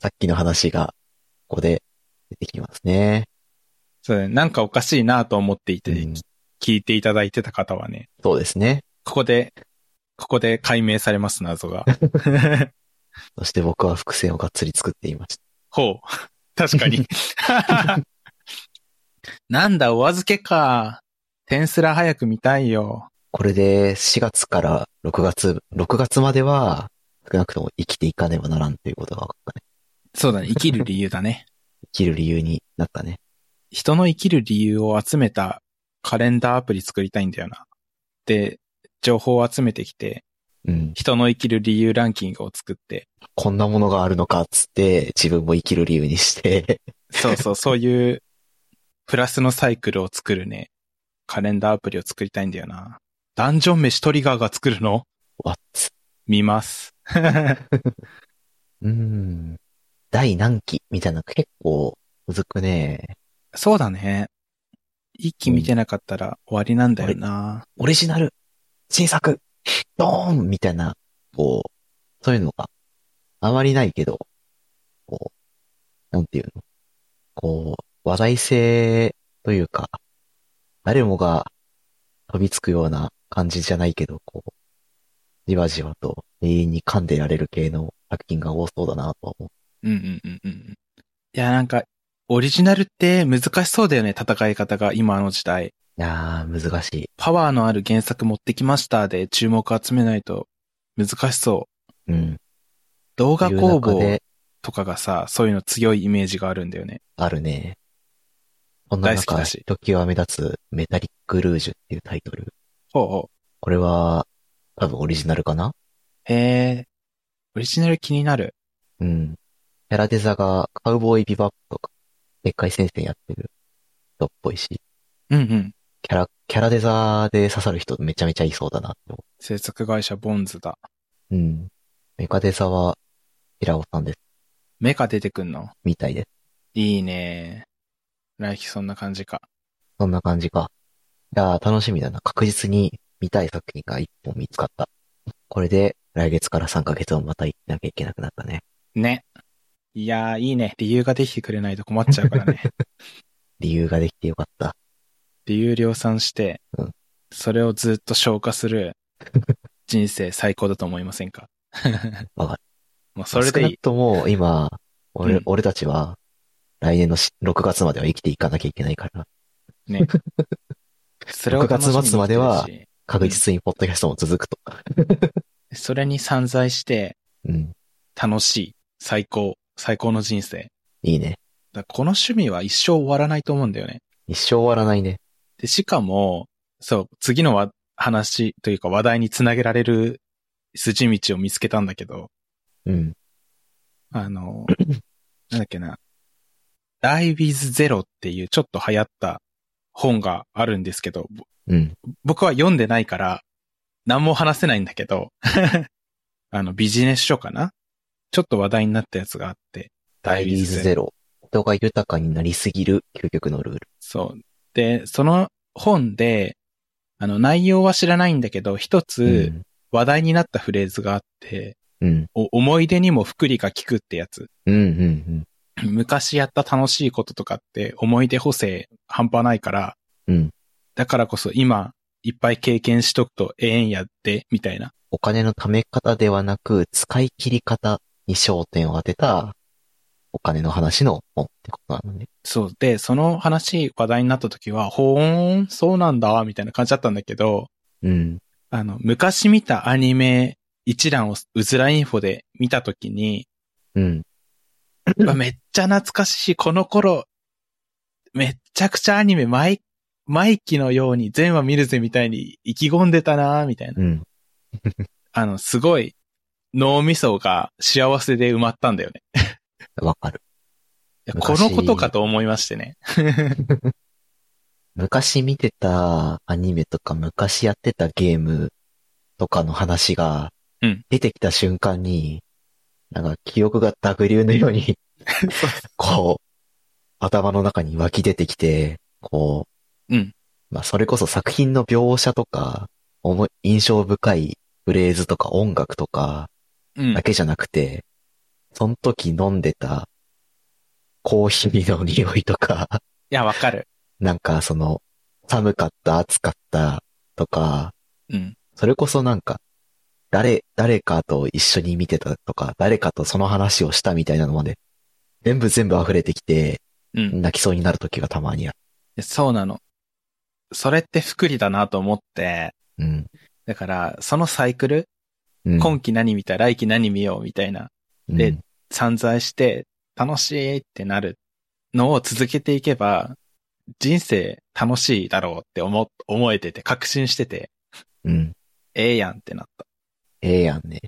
S1: さっきの話が、ここで出てきますね。
S2: そうだねなんかおかしいなと思っていて、
S1: うん
S2: 聞いていただいてた方はね、
S1: そうですね。
S2: ここで、ここで解明されます、謎が。
S1: そして僕は伏線をがっつり作っていました。
S2: ほう。確かに。 なんだ、お預けか。天すら早く見たいよ。
S1: これで4月から6月、6月までは少なくとも生きていかねばならんということが分かったね。
S2: そうだね、生きる理由だね。
S1: 生きる理由になったね。
S2: 人の生きる理由を集めたカレンダーアプリ作りたいんだよな。で、情報を集めてきて、
S1: うん。
S2: 人の生きる理由ランキングを作って、
S1: こんなものがあるのかっつって自分も生きる理由にして、
S2: そう そう、そういうプラスのサイクルを作るね、カレンダーアプリを作りたいんだよな。ダンジョン飯トリガーが作るの
S1: わっつ
S2: 見ます。
S1: うーん。第何期みたいなの結構続くね。
S2: そうだね。一気見てなかったら終わりなんだよな。
S1: オリジナル、新作、ドーンみたいな、こう、そういうのがあまりないけど、こう、なんていうのこう、話題性というか、誰もが飛びつくような感じじゃないけど、こう、じわじわと永遠に噛んでられる系の作品が多そうだなとは思う。
S2: うんうんうんうんうん。いや、なんか、オリジナルって難しそうだよね、戦い方が今の時代。
S1: いやー、難しい。
S2: パワーのある原作持ってきましたで注目集めないと難しそう。
S1: うん。
S2: 動画
S1: いう
S2: 工
S1: 中
S2: 房
S1: で
S2: とかがさ、そういうの強いイメージがあるんだよね。
S1: あるね。こんな
S2: 大好
S1: 中
S2: き、だし
S1: ひときわ目立つメタリックルージュっていうタイトル。
S2: ほうほ
S1: これは、多分オリジナルかな
S2: う。へえ。オリジナル気になる。
S1: うん。キャラデザがカウボーイビバップとか、でっかい先生やってる人っぽいし、
S2: うんうん。
S1: キャラ、キャラデザで刺さる人めちゃめちゃいそうだなって思
S2: 制作会社ボンズだ。
S1: う。うん。メカデザは、平尾さんです、
S2: 目が出てくんの
S1: みたいです。
S2: いいね。来期そんな感じか。
S1: そんな感じか。やー、楽しみだな。確実に見たい作品が一本見つかった。これで来月から3ヶ月をまた行ってなきゃいけなくなったね。
S2: ね。いやー、いいね。理由ができてくれないと困っちゃうか らね。
S1: 理由ができてよかった。
S2: 理由量産して
S1: うん、
S2: それをずっと消化 する人生最高だと思いませんか
S1: わかる。
S2: もうそれ
S1: 少
S2: で
S1: ない
S2: い
S1: く。とも今、俺、
S2: うん
S1: 俺たちは来年のし6月までは生きていかなきゃいけないから、
S2: ね。それを楽しみに
S1: 6月末までは
S2: してるし
S1: 確実にポッドキャストも続くと。
S2: それに散財して、
S1: うん。
S2: 楽しい、最高、最高の人生。
S1: いいね。
S2: だからこの趣味は一生終わらないと思うんだよね。
S1: 一生終わらないね。
S2: で、しかも、そう、次のわ話というか話題につなげられる筋道を見つけたんだけど、
S1: うん。
S2: あの、なんだっけな、Die with Zero っていうちょっと流行った本があるんですけど、ぼ
S1: うん。
S2: 僕は読んでないから、何も話せないんだけど、 あの、ビジネス書かなちょっと話題になったやつがあって、
S1: ダイリーズゼロ。人が豊かになりすぎる究極のルール。
S2: そう。で、その本で、あの、内容は知らないんだけど、一つ話題になったフレーズがあって、
S1: うん。うん。
S2: お思い出にも福利が効くってやつ。
S1: うん。うん。うん。
S2: 昔やった楽しいこととかって思い出補正半端ないから、
S1: うん
S2: だからこそ今いっぱい経験しとくとええんやって、みたいな。
S1: お金の貯め方ではなく、使い切り方に焦点を当てた、お金の話の本ってことなのね。
S2: そう。で、その話話題になった時は、ほーん、そうなんだ、みたいな感じだったんだけど、
S1: うん。
S2: あの、昔見たアニメ一覧をうずらインフォで見た時に、
S1: うん。
S2: うわめっちゃ懐かしい、この頃、めっちゃくちゃアニメ毎、毎期のように全話見るぜ、みたいに意気込んでたな、みたいな。
S1: うん。
S2: あの、すごい、脳みそが幸せで埋まったんだよね。
S1: わかる。
S2: いやこ
S1: 昔
S2: のことかと思いまし てね。
S1: 昔見てたアニメとか、昔やってたゲームとかの話が
S2: うん、
S1: 出てきた瞬間に、なんか記憶が濁流のように、こう、頭の中に湧き出てきて、こう、
S2: うん
S1: まあ、それこそ作品の描写とか、思い印象深いフレーズとか音楽とか
S2: うん
S1: だ。けじゃなくて、その時飲んでたコーヒーの匂いとか、
S2: いや、わかる。
S1: なんかその、寒かった、暑かったとか、
S2: うん。
S1: それこそなんか、誰、誰かと一緒に見てたとか、誰かとその話をしたみたいなのまで、全部全部溢れてきて、
S2: うん。
S1: 泣きそうになる時がたまにあ
S2: そうなの。それって福利だなと思って、
S1: る。うん。
S2: だから、そのサイクル、
S1: うん。
S2: 今期何見た、来期何見よう、みたいな、
S1: うん
S2: で散財して、楽しいってなるのを続けていけば、人生楽しいだろうって思、思えてて、確信してて、
S1: うん。
S2: ええやんってなった。
S1: ええやんね。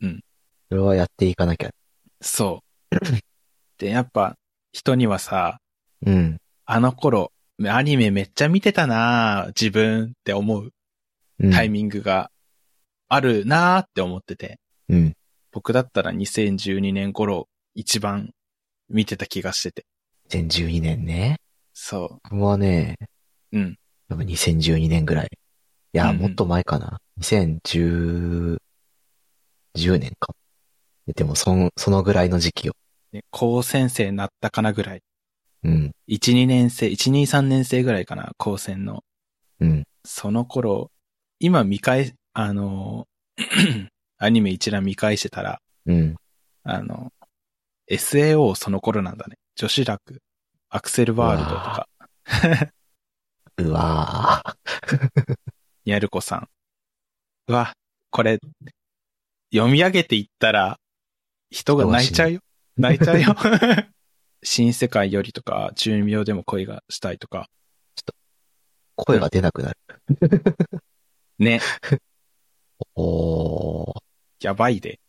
S2: うん。
S1: それはやっていかなきゃ。
S2: そう。で、やっぱ、人にはさ、
S1: うん。
S2: あの頃、アニメめっちゃ見てたなぁ自分って思う
S1: うん
S2: タイミングがあるなぁって思ってて、
S1: うん。
S2: 僕だったら2012年頃一番見てた気がしてて。
S1: 2012年ね。
S2: そ
S1: 僕はね、
S2: う。うん。
S1: 多分2012年ぐらい。いや、
S2: うんうん
S1: もっと前かな。2010、10年か。でも、そん、そのぐらいの時期よ。
S2: ね高専生なったかなぐらい。
S1: うん、
S2: 1、2年生、1、2、3年生ぐらいかな、高専の。
S1: うん、
S2: その頃、今見返、あのー、 アニメ一覧見返してたら、
S1: うん。
S2: あの、SAO その頃なんだね。女子楽、アクセルワールドと
S1: う
S2: か、
S1: うわぁ。
S2: やるこさん。うわ、これ、読み上げていったら、人が泣いちゃうよ。泣いちゃうよ。新世界よりとか、中二病でも恋がしたいとか。
S1: 声が出なくなる。
S2: ね、
S1: おー、
S2: やばいで。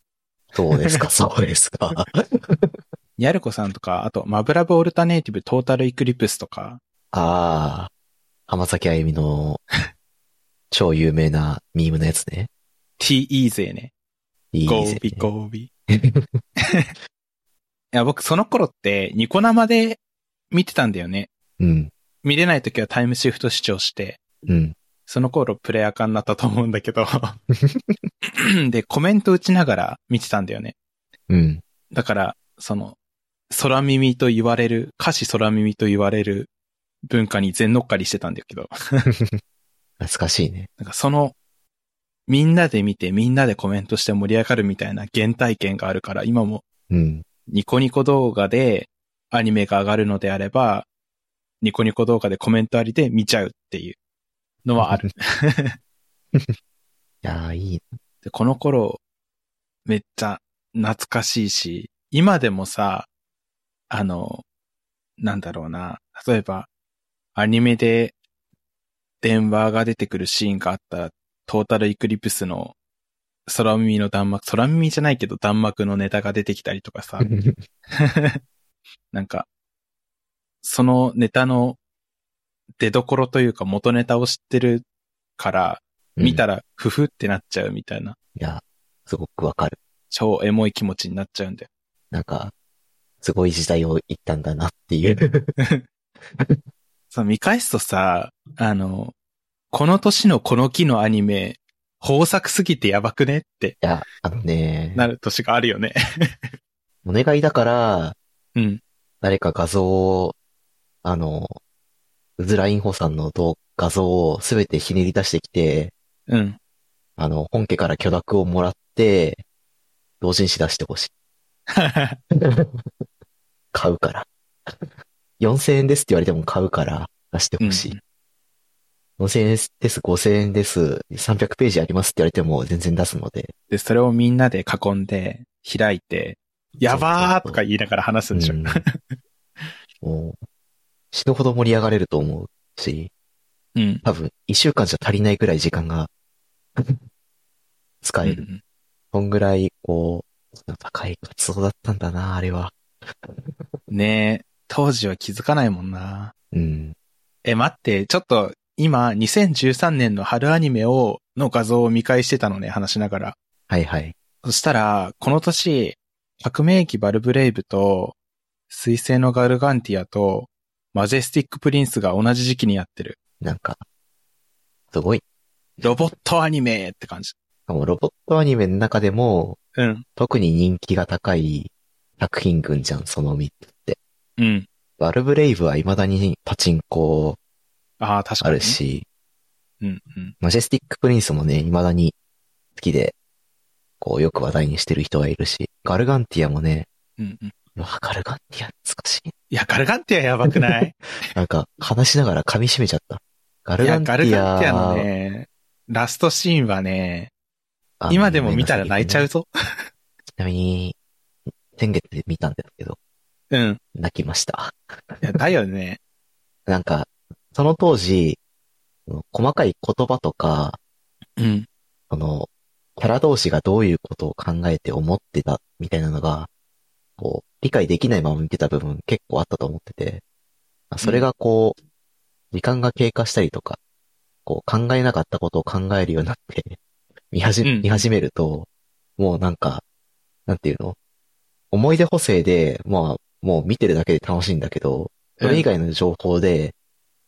S1: そうです か、そうですか。
S2: やるこさんとか、あと、マブラブオルタネイティブトータルイクリプスとか、
S1: あー、浜崎あゆみの超有名なミームのやつね。
S2: TE 勢ね。
S1: いい
S2: ゴ
S1: です
S2: ー
S1: ね
S2: ビゴービ。 いや、僕その頃って、ニコ生で見てたんだよね。
S1: うん、
S2: 見れない時はタイムシフト視聴して、
S1: うん。
S2: その頃プレイアカになったと思うんだけど。 で、コメント打ちながら見てたんだよね。
S1: うん。
S2: だから、その、空耳と言われる、歌詞空耳と言われる文化に全乗っかりしてたんだけど。
S1: 懐かしいね。
S2: なんかその、みんなで見てみんなでコメントして盛り上がるみたいな原体験があるから、今も
S1: うん。
S2: ニコニコ動画でアニメが上がるのであれば、ニコニコ動画でコメントありで見ちゃうっていうのは ある。
S1: いやー、いい。
S2: で、この頃、めっちゃ懐かしいし、今でもさ、あの、なんだろうな、例えば、アニメで電話が出てくるシーンがあったら、トータルイクリプスの空耳の弾幕、空耳じゃないけど弾幕のネタが出てきたりとかさ、なんか、そのネタの出所というか元ネタを知ってるから、見た
S1: ら。
S2: らふふってなっちゃうみたいな。
S1: いや、すごくわかる。
S2: 超エモい気持ちになっちゃうんだよ。
S1: なんか、すごい時代を言ったんだなっていう。
S2: そう、見返すとさ、あの、この年のこの期のアニメ、豊作すぎてやばくねって
S1: いや、あのね、
S2: なる年があるよね。
S1: お願いだから、
S2: うん。
S1: 誰か画像を、あの、うずらインホさんの動画像をすべてひねり出してきて、
S2: うん。
S1: あの、本家から許諾をもらって、同人誌出してほしい。買うから。4000円ですって言われても買うから出してほしい。4000円です、5000円です、300ページありますって言われても全然出すので。
S2: で、それをみんなで囲んで、開いて、やばーとか言いながら話すんでしょ。
S1: うん もう、死ぬほど盛り上がれると思うし、
S2: うん。
S1: 多分、一週間じゃ足りないぐらい時間 が、使える。
S2: うん
S1: そんぐらい、こう、高い活動だったんだな、あれは。
S2: ねえ、当時は気づかないもんな。
S1: うん。
S2: え、待って、ちょっと、今、2013年の春アニメを、の画像を見返してたのね、話しながら。
S1: はいはい。
S2: そしたら、この年、革命機バルブレイブと、水星のガルガンティアと、マジェスティックプリンスが同じ時期にやってる。
S1: なんか、すごい。
S2: ロボットアニメって感じ。
S1: もうロボットアニメの中でも、
S2: うん。
S1: 特に人気が高い作品群じゃん、その3つって。
S2: うん。
S1: バルブレイブは未だにパチンコ
S2: ああ、確か
S1: あ
S2: に。
S1: る。し、
S2: うん、うん。
S1: マジェスティックプリンスもね、未だに好きで、こう、よく話題にしてる人がいるし、ガルガンティアもね、
S2: うん、うん。いう
S1: わ、ガルガンティア懐かしい。
S2: や、ガルガンティアやばくない
S1: なんか、話しながら噛み締めちゃった。 ガ
S2: い
S1: ルガ
S2: や、
S1: ンティ
S2: ガ
S1: ア。
S2: ルガンティアのね、ラストシーンはね、
S1: あの
S2: 今でも見たら泣いちゃう。ぞ。
S1: ちなみに、先月見たんですけど、
S2: うん。
S1: 泣きました。
S2: いや、だよね。
S1: なんか、その当時、細かい言葉とか、
S2: うん。
S1: その、キャラ同士がどういうことを考えて思ってたみたいなのが、こう、理解できないまま見てた部分結構あったと思ってて、まあそれがこう、時間が経過したりとか、こう考えなかったことを考えるようになって、 見始め、
S2: うん
S1: 見始めると、もうなんか、なんていうの思い出補正で、まあ、もう見てるだけで楽しいんだけど、それ以外の情報で、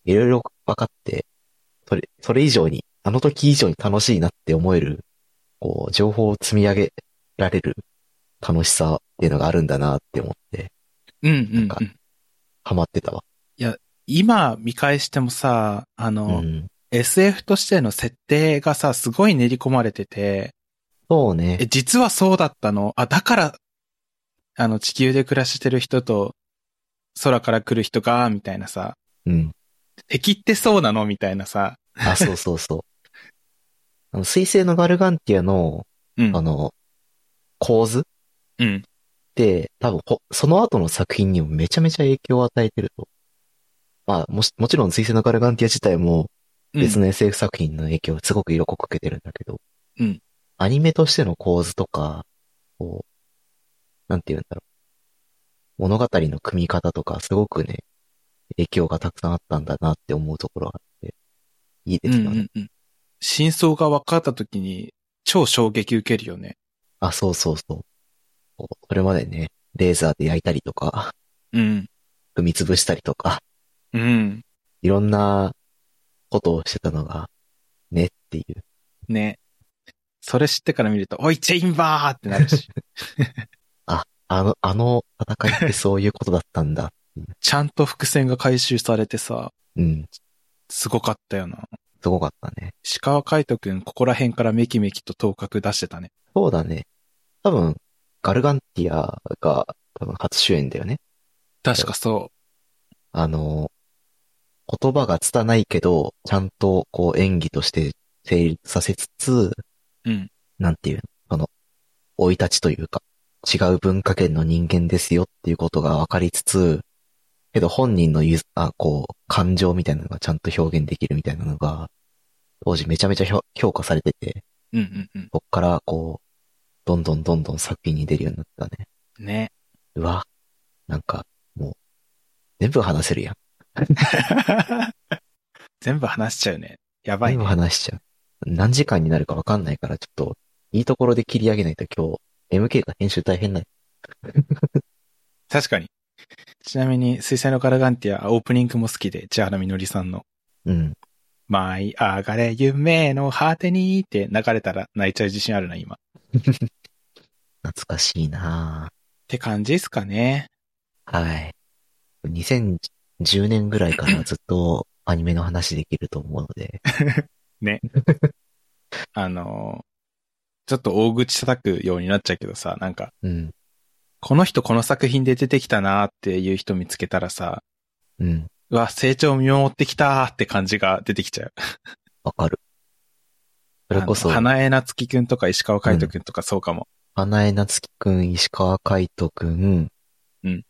S1: いろいろ分かって、それ、それ以上に、あの時以上に楽しいなって思える、こう、情報を積み上げられる楽しさっていうのがあるんだなって思って、
S2: うん、うん、
S1: なんか
S2: うん。
S1: ハマってたわ。
S2: 今見返してもさ、あ
S1: う
S2: の、
S1: ん。
S2: SF としての設定がさ、すごい練り込まれてて、
S1: そうね
S2: え、。実はそうだったの。あ、だから、あの、地球で暮らしてる人と、空から来る人が、みたいなさ、
S1: うん。
S2: 敵ってそうなのみたいなさ、
S1: あ、そうそうそう。あの、水星のガルガンティアの、
S2: うん
S1: あ。の、構図っ
S2: うん。
S1: て、多分ほ、その後の作品にもめちゃめちゃ影響を与えてると。まあ、もし、もちろん水星のガルガンティア自体も、別の SF 作品の影響をすごく色濃く受けてるんだけど、
S2: うん
S1: アニメとしての構図とか、こう、なんて言うんだろう。物語の組み方とか、すごくね、影響がたくさんあったんだなって思うところがあって、いいで
S2: うん、
S1: す
S2: うん
S1: よね。
S2: うんうん。真相が分かった時に、超衝撃受けるよね。
S1: あ、そうそうそう。こうそれまでね、レーザーで焼いたりとか、
S2: うん。
S1: 踏み潰したりとか、
S2: うん。
S1: いろんなことをしてたのが、ねっていう。
S2: ね。それ知ってから見ると、おい、チェインバーってなるし、
S1: あの、あの戦いってそういうことだったんだ。
S2: ちゃんと伏線が回収されてさ、
S1: うん。
S2: すごかったよな。
S1: すごかったね。
S2: 石川海斗くん、ここら辺からメキメキと頭角出してたね。
S1: そうだね。多分、ガルガンティアが多分初主演だよね。
S2: 確かそ
S1: あの、言葉が拙いけど、ちゃんとこう演技として成立させつつ、
S2: う。うん。
S1: なんていうの、その、生い立ちというか、違う文化圏の人間ですよっていうことが分かりつつ、けど本人のゆず、あ、こう、感情みたいなのがちゃんと表現できるみたいなのが、当時めちゃめちゃ評評価されてて、
S2: うんうんうん。
S1: そっからこう、どんどんどんどん作品に出るようになったね。
S2: ね。
S1: うわ、なんか、もう、全部話せるやん。
S2: 全部話しちゃうね。やばい
S1: 全部
S2: ね。
S1: 話しちゃう。何時間になるか分かんないから、ちょっと、いいところで切り上げないと今日、MK が編集大変だよ。
S2: 確かに。ちなみに、水星のガラガンティア、オープニングも好きで、千原みのりさんの、
S1: うん。
S2: 舞い上がれ夢の果てにって流れたら泣いちゃう自信あるな、今。っ
S1: 懐かしいなぁ。
S2: て感じですかね。
S1: はい。2010年ぐらいからずっとアニメの話できると思うの で、
S2: あのーちょっと大口叩くようになっちゃうけどさ、なんか、
S1: うん、
S2: この人この作品で出てきたなーっていう人見つけたらさ、
S1: うん、
S2: うわ、成長見守ってきたーって感じが出てきちゃう。
S1: わかる。それこそ
S2: あの、花江夏樹くんとか石川海人くんとかそうかも。
S1: 花江夏樹くん、石川海斗くん、
S2: うん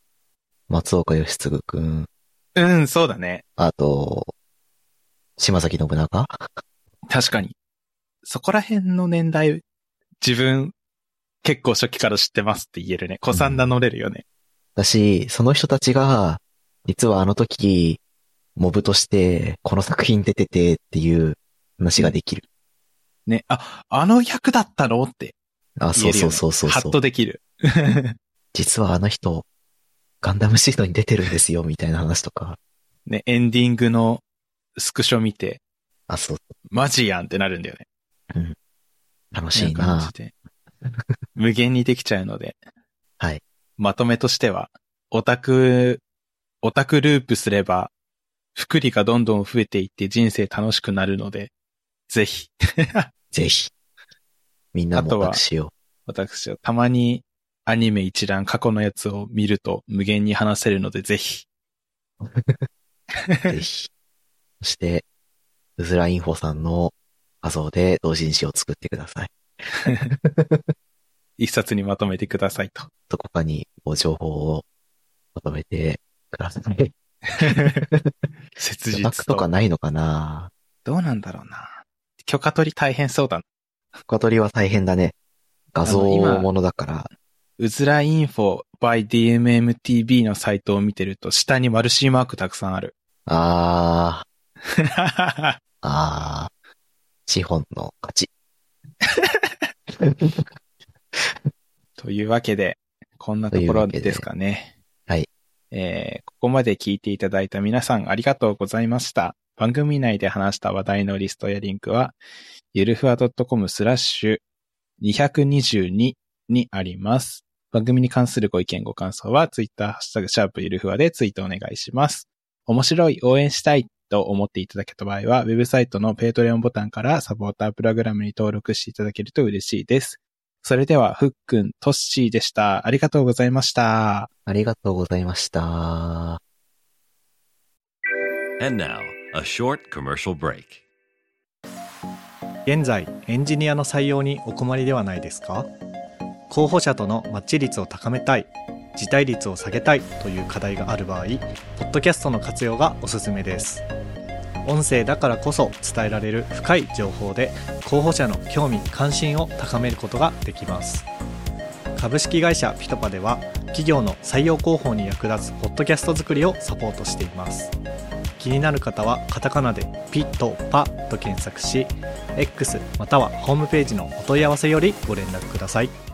S1: 松岡義嗣くん、
S2: うん、そうだね。
S1: あと、島崎信長
S2: 確かに。そこら辺の年代、自分、結構初期から知ってますって言えるね。子さん名乗れるよね。
S1: だし、その人たちが、実はあの時、モブとして、この作品出ててっていう話ができる。
S2: ね、あ、あの役だったのって
S1: あ、
S2: 言
S1: そ
S2: え
S1: う
S2: る
S1: そ
S2: よ、ね。
S1: うそうそう
S2: ハ
S1: そ
S2: ッ
S1: う
S2: と。できる。
S1: 実はあの人、ガンダムシードに出てるんですよ、みたいな話とか。
S2: ね、エンディングのスクショ見て、
S1: あ、そう、
S2: マジやんってなるんだよね。
S1: 楽しい
S2: こんな
S1: な
S2: 感じで。無限にできちゃうので。
S1: はい。
S2: まとめとしては、オタク、オタクループすれば、福利がどんどん増えていって人生楽しくなるので、ぜひ、
S1: ぜひ。みんな
S2: あ
S1: も
S2: とは
S1: 楽しよ
S2: 私はたまにアニメ一覧過去のやつを見ると無限に話せるのでぜひ。
S1: う。ぜひ。そして、うずらインフォさんの画像で同人誌を作ってください。
S2: 一冊にまとめてくださいと。
S1: どこかにご情報をまとめてください。
S2: 切
S1: オ
S2: 実
S1: タクとかないのかな
S2: どうなんだろうな。許可取り大変そうだな。
S1: 許可取りは大変だね。画像
S2: あの今
S1: ものだから。
S2: うずらインフォ by DMMTV のサイトを見てると下にマルシーマークたくさんある。
S1: あー、あー、資本の勝ち。
S2: というわけで、こんなところですかね。
S1: というわけ
S2: えーここまで聞いていただいた皆さんありがとうございました。番組内で話した話題のリストやリンクは、ゆるふわ .com スラッシュ222にあります。番組に関するご意見ご感想は、ツイッター、ハッシュタグ、シャープゆるふわでツイートお願いします。面白い、応援したいと思っていただけた場合は、ウェブサイトのペイトレオンボタンからサポータープログラムに登録していただけると嬉しいです。それでは、ふっくん、とっしーでした。ありがとうございました。
S1: ありがとうございました。
S3: And now, a short commercial break.
S4: 現在エンジニアの採用にお困りではないですか候補者とのマッチ率を高めたい辞退率を下げたいという課題がある場合ポッドキャストの活用がおすすめです音声だからこそ伝えられる深い情報で候補者の興味関心を高めることができます株式会社ピトパでは企業の採用広報に役立つポッドキャスト作りをサポートしています気になる方はカタカナでピトパと検索し X またはホームページのお問い合わせよりご連絡ください。